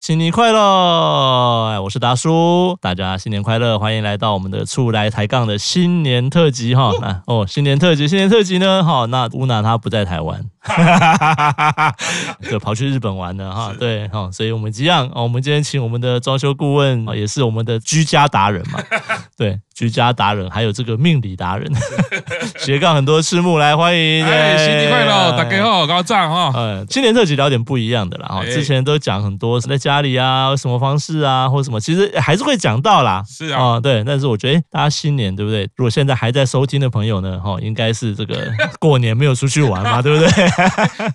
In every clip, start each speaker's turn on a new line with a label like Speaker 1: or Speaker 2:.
Speaker 1: 新年快乐！哎，我是达叔，大家新年快乐！欢迎来到我们的“出来抬杠”的新年特辑哈。那哦，新年特辑，新年特辑呢？哈，那乌娜她不在台湾， 对，跑去日本玩了哈。对，哈，所以我们一样哦，我们今天请我们的装修顾问，哦也是我们的居家达人 嘛，对，居家达人，还有这个命理达人，斜杠很多事目来欢迎，
Speaker 2: 哎，新年快乐，大家好，高赞 哈。
Speaker 1: 呃，今年特辑聊点不一样的啦，哈，
Speaker 2: 哎
Speaker 1: 之前都讲很多在家里啊，什么方式啊，或什么，其实还是会讲到啦。
Speaker 2: 是啊，
Speaker 1: 哦对，但是我觉得、哎大家新年对不对？如果现在还在收听的朋友呢，哈、应该是这 个过年没有出去玩嘛，对不对？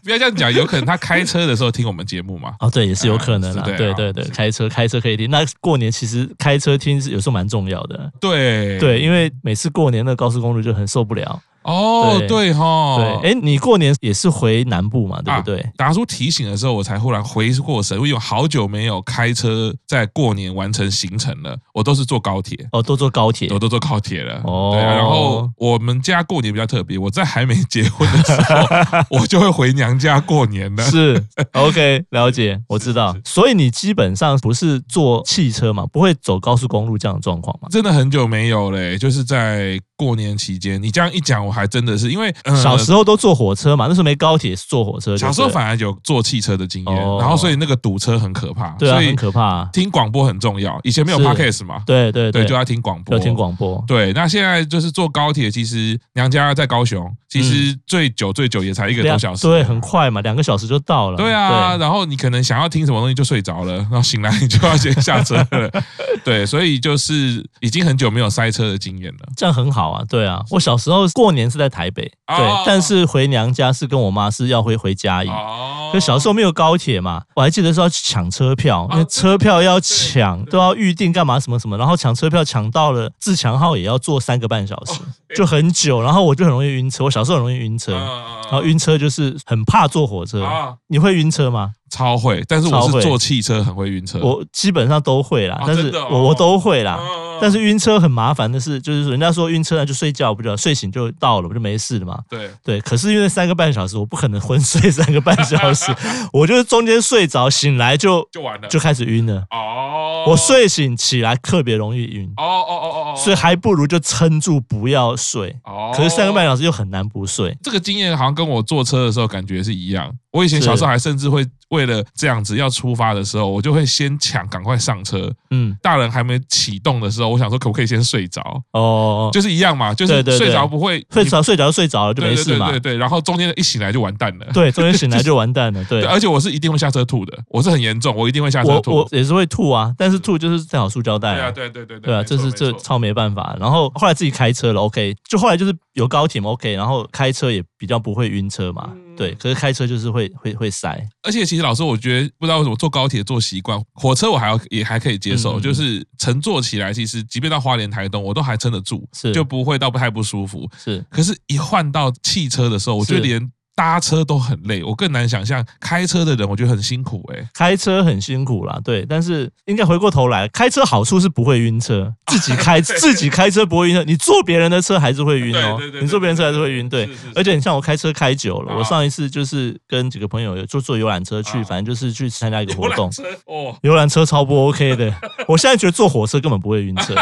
Speaker 2: 不要这样讲，有可能他开车的时候听我们节目嘛。
Speaker 1: 哦，对，也是有可能啦。
Speaker 2: 啊 是的
Speaker 1: 对
Speaker 2: 啊
Speaker 1: 对对，开车开车可以听。那过年其实开车听是有时候蛮重要
Speaker 2: 哎
Speaker 1: 的，
Speaker 2: 对
Speaker 1: 对，因为每次过年那高速公路就很受不了。
Speaker 2: 哦
Speaker 1: 对
Speaker 2: 对哈，
Speaker 1: 对，哎，你过年也是回南部嘛，对不
Speaker 2: 哦啊
Speaker 1: 对？
Speaker 2: 达叔提醒的时候，我才忽然回过神，因为我好久没有开车在过年完成行程了，我都是坐高铁。
Speaker 1: 哦，都坐高铁
Speaker 2: 我。都坐高铁了，
Speaker 1: 哦
Speaker 2: 对啊、然后我们家过年比较特别，我在还没结婚的时候，我就会回娘家过年 了。
Speaker 1: 是 OK，了解，我知道
Speaker 2: 是。
Speaker 1: 所以你基本上不是坐汽车嘛，不会走高速公路这样的状况嘛？
Speaker 2: 真的很久没有嘞，就是在过年期间，你这样一讲，我还真的是因为、呃、
Speaker 1: 小时候都坐火车嘛，那时候没高铁，是坐火车就对了。
Speaker 2: 小时候反而有坐汽车的经验，
Speaker 1: 哦
Speaker 2: 然后所以那个堵车很可怕，
Speaker 1: 对啊，
Speaker 2: 所以
Speaker 1: 很可怕啊。
Speaker 2: 听广播很重要。以前没有
Speaker 1: 是
Speaker 2: podcast 嘛，
Speaker 1: 对对
Speaker 2: 对，就要听广播，
Speaker 1: 要听。广播。
Speaker 2: 对，那现在就是坐高铁，其实娘家在高雄，其实最久最久也才一个
Speaker 1: 对啊
Speaker 2: 多小时，
Speaker 1: 对，很快嘛，两个小时就到了。
Speaker 2: 对啊，，然后你可能想要听什么东西就睡着了，然后醒来你就要先下车了， 对，所以就是已经很久没有塞车的经验了。
Speaker 1: 这样很好啊。对啊，我小时候过年是在台北，
Speaker 2: 哦
Speaker 1: 对，但是回娘家是跟我妈是要回回嘉义。
Speaker 2: 哦
Speaker 1: 可小时候没有高铁嘛，我还记得是要抢车票，因为车票要抢，都要预定干嘛什么什么，然后抢车票抢到了自强号也要坐三个半小
Speaker 2: 哦
Speaker 1: 时，就很久，然后我就很容易晕车，我小时候很容易晕车，然后
Speaker 2: 后
Speaker 1: 晕车就是很怕坐火车。
Speaker 2: 嗯啊，
Speaker 1: 你会晕车吗？
Speaker 2: 超会，但是我
Speaker 1: 超会
Speaker 2: 是坐汽车很会晕车。
Speaker 1: 我基本上都会啦
Speaker 2: 啊，
Speaker 1: 但是
Speaker 2: 真呃的哦
Speaker 1: 我我都会啦。
Speaker 2: 嗯
Speaker 1: 但是晕车很麻烦的是，就是人家说晕车那就睡觉不就好睡醒就到了，不就没事了嘛。
Speaker 2: 对，
Speaker 1: 对，可是因为三个半小时，我不可能昏睡三个半小 时，我就是中间睡着，醒来就
Speaker 2: 就完了，
Speaker 1: 就开始晕了。
Speaker 2: 哦，
Speaker 1: 我睡醒起来特别容易晕，
Speaker 2: 哦哦哦哦哦，
Speaker 1: 所以还不如就撑住不要睡。
Speaker 2: 哦，
Speaker 1: 可是三个半小时又很难不睡，
Speaker 2: 这个经验好像跟我坐车的时候感觉是一样。我以前小时候还甚至会为了这样子要出发的时候，我就会先抢，赶快上车。
Speaker 1: 嗯，
Speaker 2: 大人还没启动的时候，我想说可不可以先睡着，
Speaker 1: 哦，
Speaker 2: 就是一样嘛，就是
Speaker 1: 对对对
Speaker 2: 睡着不会
Speaker 1: 睡着睡着就睡着了就
Speaker 2: 对
Speaker 1: 没事嘛
Speaker 2: 对对对。对，然后中间一醒来就完蛋了。
Speaker 1: 对，中间醒来就完蛋了。对
Speaker 2: 对，，而且我是一定会下车吐的，我是很严重，我一定会下车
Speaker 1: 我
Speaker 2: 吐。嗯
Speaker 1: 我也是会吐啊，但是吐就是再好塑胶袋
Speaker 2: 对啊，
Speaker 1: 啊。
Speaker 2: 对对对
Speaker 1: 对啊，
Speaker 2: 没
Speaker 1: 这
Speaker 2: 错
Speaker 1: 是
Speaker 2: 没
Speaker 1: 这
Speaker 2: 错
Speaker 1: 超没办法。然后后来自己开车了，OK，就后来就是有高铁嘛，OK，然后开车也比较不会晕车嘛，
Speaker 2: 嗯
Speaker 1: 对。可是开车就是会会会塞，
Speaker 2: 而且其实老师，我觉得不知道为什么坐高铁坐习惯，火车我还要也还可以接受，
Speaker 1: 嗯
Speaker 2: 就是乘坐起来，其实即便到花莲、台东，我都还撑得住，
Speaker 1: 是
Speaker 2: 就不会到不太不舒服。
Speaker 1: 是
Speaker 2: 可是，一换到汽车的时候，我觉得
Speaker 1: 是
Speaker 2: 连搭车都很累，我更难想象开车的人，我觉得很辛苦哎、
Speaker 1: 开车很辛苦啦，对，但是应该回过头来，开车好处是不会晕 车，自己开自己开车不会晕车，你坐别人的车还是会晕哦
Speaker 2: 对对对，对
Speaker 1: 你坐别人车还是会晕，对
Speaker 2: 是是是。
Speaker 1: 而且你像我开车开久了，
Speaker 2: 啊
Speaker 1: 我上一次就是跟几个朋友有就坐游览车去，
Speaker 2: 啊
Speaker 1: 反正就是去参加一个活
Speaker 2: 游览
Speaker 1: 动，
Speaker 2: 车哦，
Speaker 1: 游览车超不 OK 的，我现在觉得坐火车根本不会晕车，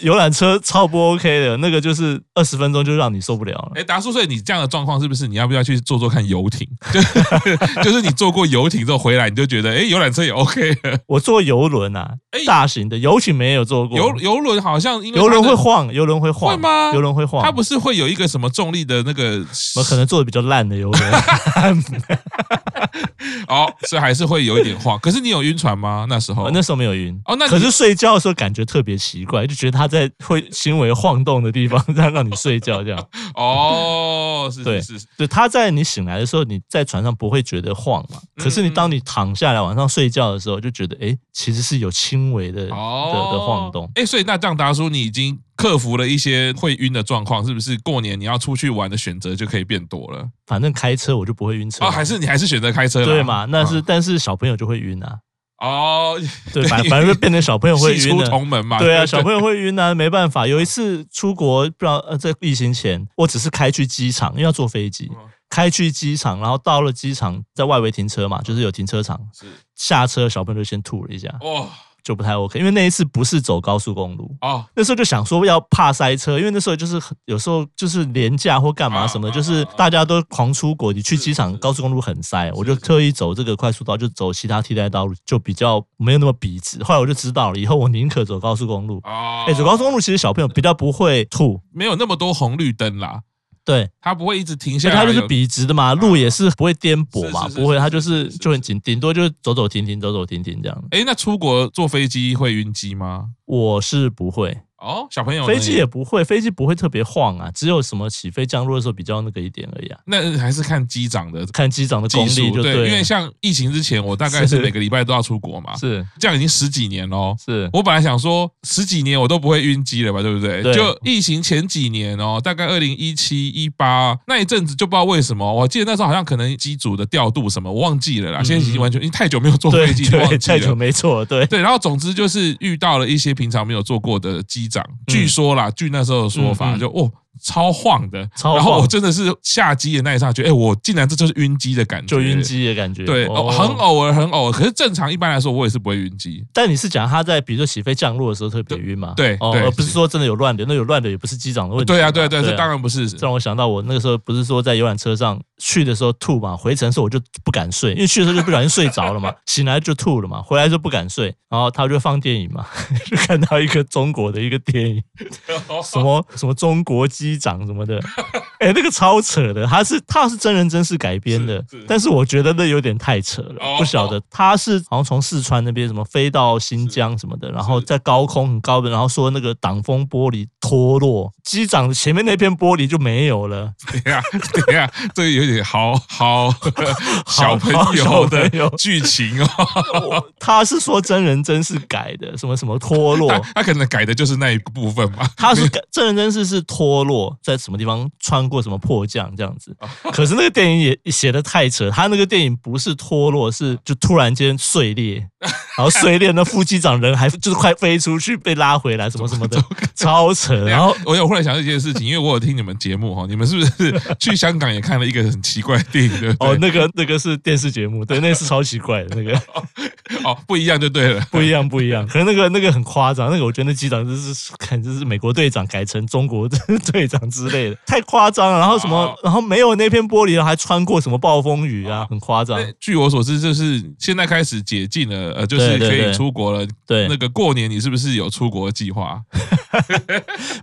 Speaker 1: 游览车超不 OK 的，那个就是二十分钟就让你受不了了。
Speaker 2: 哎，达叔，所以你这样的状况是不是你要不要去坐坐看游艇？ 就就是你坐过游艇之后回来，你就觉得哎，游览车也 OK 了。
Speaker 1: 我坐游轮啊，
Speaker 2: 哎
Speaker 1: 大型的游艇没有坐过，
Speaker 2: 游游轮好像因为
Speaker 1: 游轮
Speaker 2: 它
Speaker 1: 会
Speaker 2: 的
Speaker 1: 晃，游轮会晃
Speaker 2: 会吗
Speaker 1: 游轮会晃，
Speaker 2: 它不是会有一个什么重力的那个
Speaker 1: 我可能做的比较烂的游轮，
Speaker 2: 哦，所以还是会有一点晃。可是你有晕船吗？那时候
Speaker 1: 我啊那时候没有晕。
Speaker 2: 哦，那你
Speaker 1: 可是睡觉的时候感觉特别奇怪，就觉得它在会轻微晃动的地方，这样让你睡觉，这 样。
Speaker 2: 哦，是
Speaker 1: 对
Speaker 2: 是是是，
Speaker 1: 对，它在你醒来的时候，你在船上不会觉得晃嘛。
Speaker 2: 嗯
Speaker 1: 可是你当你躺下来晚上睡觉的时候，就觉得诶，其实是有轻微的、
Speaker 2: 哦
Speaker 1: 的的晃动。
Speaker 2: 哎，所以那这样达叔，你已经克服了一些会晕的状况，是不是？过年你要出去玩的选择就可以变多了
Speaker 1: 反正开车我就不会晕车
Speaker 2: 哦，
Speaker 1: 嘛，
Speaker 2: 还是你还是选择开车啦
Speaker 1: 对嘛？那是、
Speaker 2: 嗯
Speaker 1: 但是小朋友就会晕啊，
Speaker 2: 哦，
Speaker 1: 对，
Speaker 2: 对
Speaker 1: 反
Speaker 2: 因为
Speaker 1: 反正会变成小朋友会
Speaker 2: 喜
Speaker 1: 晕
Speaker 2: 出
Speaker 1: 的、
Speaker 2: 同门嘛，
Speaker 1: 对啊，小朋友会晕啊，没办法。有一次出国，不知道呃，在疫情前，我只是开去机场，因为要坐飞机
Speaker 2: 嗯，
Speaker 1: 开去机场，然后到了机场，在外围停车嘛，就是有停车场，
Speaker 2: 是
Speaker 1: 下车小朋友就先吐了一下，
Speaker 2: 哦
Speaker 1: 就不太 OK，因为那一次不是走高速公路。
Speaker 2: 哦，
Speaker 1: 那时候就想说要怕塞车，因为那时候就是很有时候就是廉价或干嘛什么的，
Speaker 2: 啊
Speaker 1: 就是大家都狂出国，你去机
Speaker 2: 是
Speaker 1: 场
Speaker 2: 是
Speaker 1: 高速公路很塞，我就特意走这个快速道，就走其他替代道路，就比较没有那么笔直。后来我就知道了，以后我宁可走高速公路。
Speaker 2: 哦，
Speaker 1: 哎、走高速公路其实小朋友比较不会吐，
Speaker 2: 没有那么多红绿灯啦，
Speaker 1: 对，
Speaker 2: 它不会一直停
Speaker 1: 所
Speaker 2: 下
Speaker 1: 以它
Speaker 2: 来，
Speaker 1: 就是
Speaker 2: 啊有嗯
Speaker 1: 笔直的嘛，路也是不会颠簸嘛，
Speaker 2: 是是是
Speaker 1: 不会，
Speaker 2: 是
Speaker 1: 它就是
Speaker 2: 是是
Speaker 1: 就很紧，顶多就是走走停停，走走停停这样。
Speaker 2: 哎，那出国坐飞机会晕机吗？
Speaker 1: 我是不会，
Speaker 2: 哦，小朋友呢
Speaker 1: 飞机也不会，飞机不会特别晃啊，只有什么起飞降落的时候比较那个一点而已啊。
Speaker 2: 那还是看机长的
Speaker 1: 看机长的功
Speaker 2: 技
Speaker 1: 力
Speaker 2: 术，
Speaker 1: 就
Speaker 2: 对，
Speaker 1: 了
Speaker 2: 因为像疫情之前，我大概是
Speaker 1: 是
Speaker 2: 每个礼拜都要出国嘛，
Speaker 1: 是
Speaker 2: 这样已经十几年喽。
Speaker 1: 是
Speaker 2: 我本来想说十几年我都不会晕机了吧，对不对？
Speaker 1: 对
Speaker 2: 就疫情前几年哦，大概二零一七一八那一阵子，就不知道为什么，我记得那时候好像可能机组的调度什么，我忘记了啦。现在已经完全因为太久没有坐
Speaker 1: 对
Speaker 2: 飞机，就忘
Speaker 1: 嗯对，
Speaker 2: 记
Speaker 1: 太久
Speaker 2: 了。
Speaker 1: 没错，对
Speaker 2: 对，然后总之就是遇到了一些平常没有做过的机长，据说啦，据那时候的说法，
Speaker 1: 嗯嗯嗯
Speaker 2: 就哦超晃的，
Speaker 1: 超晃
Speaker 2: 然后我真的是下机的那一刹那，觉得哎，我竟然这就是晕机的感觉，
Speaker 1: 就晕。机的感觉，
Speaker 2: 对，哦，很。偶尔，很偶尔。可是正常一般来说，我也是不会晕机。
Speaker 1: 但你是讲他在比如说起飞降落的时候特别晕嘛？
Speaker 2: 对对
Speaker 1: 哦，
Speaker 2: 对
Speaker 1: 而不是说真的有乱流，那有乱流也不是机长的问题嘛。
Speaker 2: 对啊，对啊，对啊，这
Speaker 1: 这
Speaker 2: 当然不是。
Speaker 1: 这让我想到我那个时候不是说在游览车上去的时候吐嘛，回程的时候我就不敢睡，因为去的时候就不小心睡着了 嘛，醒来就吐了嘛，回来就不敢睡，然后他就放电影嘛， 就看到一个中国的一个电 影，什么什么中国机长什么的，哎、那个超扯的，他是他是真人真事改编的
Speaker 2: 是是，
Speaker 1: 但是我觉得那有点太扯了
Speaker 2: 哦，
Speaker 1: 不晓得他是好像从四川那边什么飞到新疆什么的，然后在高空很高的，然后说那个挡风玻璃脱落，机长前面那片玻璃就没有 了，
Speaker 2: 等一下，等一下，啊这个有点好 好小朋友
Speaker 1: 小
Speaker 2: 的
Speaker 1: 朋友
Speaker 2: 剧情哦。
Speaker 1: 我他是说真人真事改的，什么什么脱落
Speaker 2: 他。他可能改的就是那一部分嘛。
Speaker 1: 他是改真人真事是脱落在什么地方穿过什么迫降这样子，可是那个电影也写的太扯，他那个电影不是脱落，是就突然间碎 裂，然后碎裂那副机长人还就是快飞出去被拉回来什么什 么的，超扯。然后
Speaker 2: 啊我有忽然想到一件事情，因为我有听你们节目哈，你们是不 是去香港也看了一个很奇怪的电影？对不
Speaker 1: 哦，
Speaker 2: 对？
Speaker 1: 那个那个是电视节目，对，那是超奇怪的那啊个。
Speaker 2: 哦，不一样就对了。
Speaker 1: 不一样，不一样。可是那个那个很夸张，那个我觉得那机长就是看就是美国队长改成中国 队长之类的，太夸张了。然后什么
Speaker 2: 好，
Speaker 1: 然后没有那片玻璃，然后还穿过什么暴风雨啊，很夸张。
Speaker 2: 哦那据我所知，就是现在开始解禁了，呃，就
Speaker 1: 对
Speaker 2: 是
Speaker 1: 对
Speaker 2: 可以
Speaker 1: 对
Speaker 2: 出国了。
Speaker 1: 对
Speaker 2: 那，个过年你是不是有出国计划？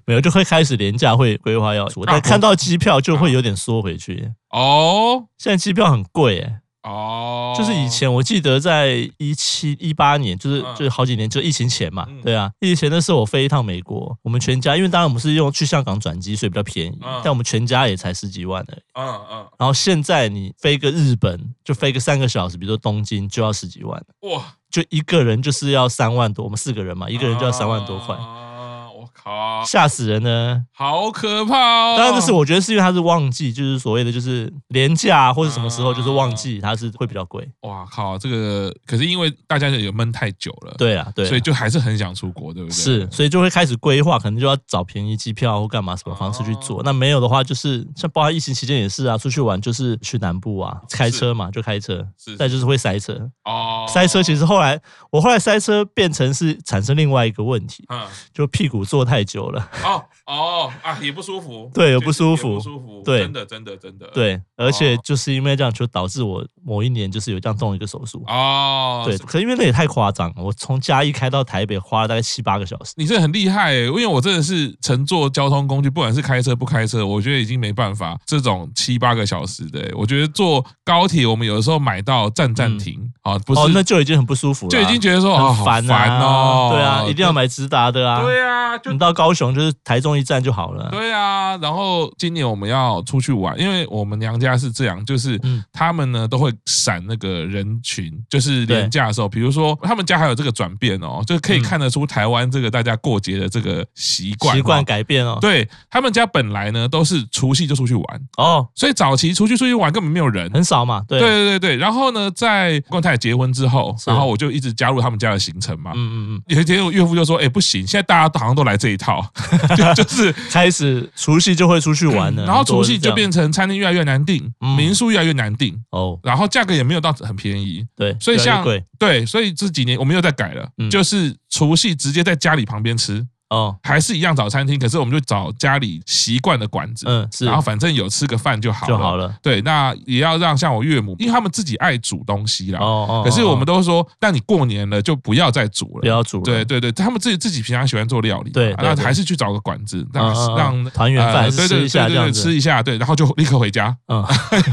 Speaker 1: 没有就会开始廉价会规划要出，但看到机票就
Speaker 2: 啊
Speaker 1: 会有点缩回去。
Speaker 2: 哦
Speaker 1: 现在机票很贵诶、
Speaker 2: 哦，
Speaker 1: 就是以前我记得在一七一八年，就是
Speaker 2: 嗯
Speaker 1: 就是好几年，就疫情前嘛
Speaker 2: 嗯，
Speaker 1: 对啊，疫情前那时候我飞一趟美国，我们全家因为当然我们是用去香港转机，所以比较便宜
Speaker 2: 嗯，
Speaker 1: 但我们全家也才十几万而已。
Speaker 2: 嗯嗯
Speaker 1: 然后现在你飞个日本，就飞个三个小时，比如说东京就要十几万，
Speaker 2: 哇，
Speaker 1: 就一个人就是要三万多，我们四个人嘛，一个人就要三万多块，
Speaker 2: 啊我靠，
Speaker 1: 吓死人呢！
Speaker 2: 好可怕哦！
Speaker 1: 当然，这是我觉得是因为它是旺季，就是所谓的就是廉价或者什么时候就是旺季，它是会比较贵。
Speaker 2: 哇靠，这个可是因为大家也闷太久了，
Speaker 1: 对啊，对啊
Speaker 2: 所以就还是很想出国，对不对？
Speaker 1: 是，所以就会开始规划，可能就要找便宜机票或干嘛什么方式去
Speaker 2: 哦
Speaker 1: 做。那没有的话，就是像包括疫情期间也是啊，出去玩就是去南部啊，开车嘛就开车
Speaker 2: 是是，
Speaker 1: 再就是会塞车。
Speaker 2: 哦，
Speaker 1: 塞车其实后来我后来塞车变成是产生另外一个问题，
Speaker 2: 嗯，
Speaker 1: 就屁股坐太久了。
Speaker 2: 哦哦啊，也不舒服，
Speaker 1: 对也
Speaker 2: 就是
Speaker 1: 不舒服
Speaker 2: 也不舒服，
Speaker 1: 对
Speaker 2: 真的真的真的，
Speaker 1: 对，而且
Speaker 2: 哦
Speaker 1: 就是因为这样，就导致我某一年就是有这样动一个手术。
Speaker 2: 哦，
Speaker 1: 对，
Speaker 2: 是
Speaker 1: 可是因为那也太夸张了，我从嘉义开到台北花了大概七八个小时。
Speaker 2: 你这很厉害、欸，因为我真的是乘坐交通工具，不管是开车不开车，我觉得已经没办法这种七八个小时的欸、我觉得坐高铁，我们有的时候买到站站停啊、不是、
Speaker 1: 哦，那就已经很不舒服了，
Speaker 2: 就已经觉得说哦
Speaker 1: 很烦
Speaker 2: 好
Speaker 1: 啊，
Speaker 2: 烦哦
Speaker 1: 对啊，一定要买直达的啊。
Speaker 2: 对啊，就
Speaker 1: 你到高雄就是台中一站就好了。
Speaker 2: 对啊，然后今年我们要出去玩，因为我们娘家是这样，就是
Speaker 1: 嗯
Speaker 2: 他们呢都会闪那个人群，就是
Speaker 1: 对
Speaker 2: 年假的时候，比如说他们家还有这个转变哦，就可以
Speaker 1: 嗯
Speaker 2: 看得出台湾这个大家过节的这个习惯、
Speaker 1: 习惯。改变哦。
Speaker 2: 对他们家本来呢都是除夕就出去玩，
Speaker 1: 哦，
Speaker 2: 所以早期出去出去玩根本没有人。
Speaker 1: 很少嘛。对
Speaker 2: 对，对对对，然后呢，在跟我太太结婚之后，
Speaker 1: 是
Speaker 2: 然后我就一直加入他们家的行程嘛。
Speaker 1: 嗯嗯嗯，
Speaker 2: 有一天我岳父就说：“哎、不行，现在大家好像都来这这一套， 就就是。嗯
Speaker 1: 开始除夕就会出去 玩了，
Speaker 2: 然后除夕
Speaker 1: 很多人
Speaker 2: 就
Speaker 1: 这样
Speaker 2: 变成餐厅越来越难订，
Speaker 1: 嗯
Speaker 2: 民宿越来越难订，
Speaker 1: 哦，
Speaker 2: 然后价格也没有到很便宜，
Speaker 1: 对，
Speaker 2: 所以
Speaker 1: 越来越
Speaker 2: 像
Speaker 1: 贵
Speaker 2: 对，所以这几年我们又在改了，
Speaker 1: 嗯
Speaker 2: 就是除夕直接在家里旁边吃，
Speaker 1: 哦，
Speaker 2: 还是一样找餐厅，可是我们就找家里习惯的馆子，
Speaker 1: 嗯，是
Speaker 2: 然后反正有吃个饭就好
Speaker 1: 就好
Speaker 2: 了。
Speaker 1: 了。
Speaker 2: 对，那也要让像我岳母，因为他们自己爱煮东西啦。
Speaker 1: 哦哦，
Speaker 2: 可是我们
Speaker 1: 都
Speaker 2: 都说，那你过年了就不要再煮
Speaker 1: 不
Speaker 2: 了。
Speaker 1: 要煮了，
Speaker 2: 对对对，他们自己自己平常喜欢做料理嘛，
Speaker 1: 对对
Speaker 2: 那
Speaker 1: 对
Speaker 2: 还是去找个馆子，
Speaker 1: 嗯，
Speaker 2: 让
Speaker 1: 嗯
Speaker 2: 让
Speaker 1: 嗯团圆
Speaker 2: 呃
Speaker 1: 饭
Speaker 2: 对对
Speaker 1: 吃一下
Speaker 2: 对
Speaker 1: 这
Speaker 2: 对对
Speaker 1: 样子
Speaker 2: 吃，一下，对，然后就立刻回家，
Speaker 1: 嗯，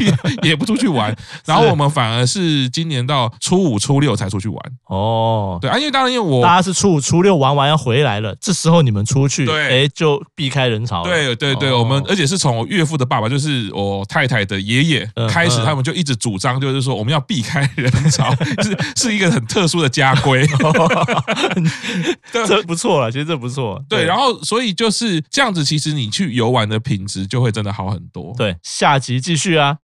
Speaker 2: 也也不出去 玩。然后我们反而是今年到初五、初六才出去玩。
Speaker 1: 哦。
Speaker 2: 对啊，因为当然因为我
Speaker 1: 大家是初五、初六玩完要回来了，这时候你们出去，
Speaker 2: 对
Speaker 1: 哎，就避开人潮了。
Speaker 2: 对对对，
Speaker 1: 哦
Speaker 2: 我们而且是从我岳父的爸爸，就是我太太的爷爷
Speaker 1: 嗯
Speaker 2: 开始，
Speaker 1: 嗯
Speaker 2: 他们就一直主张，就是说我们要避开人 潮，是是一个很特殊的家规。
Speaker 1: 哦
Speaker 2: 对
Speaker 1: 这不错了，其实这不错。
Speaker 2: 对，然后所以就是这样子，其实你去游玩的品质就会真的好很多。
Speaker 1: 对，下集继续啊。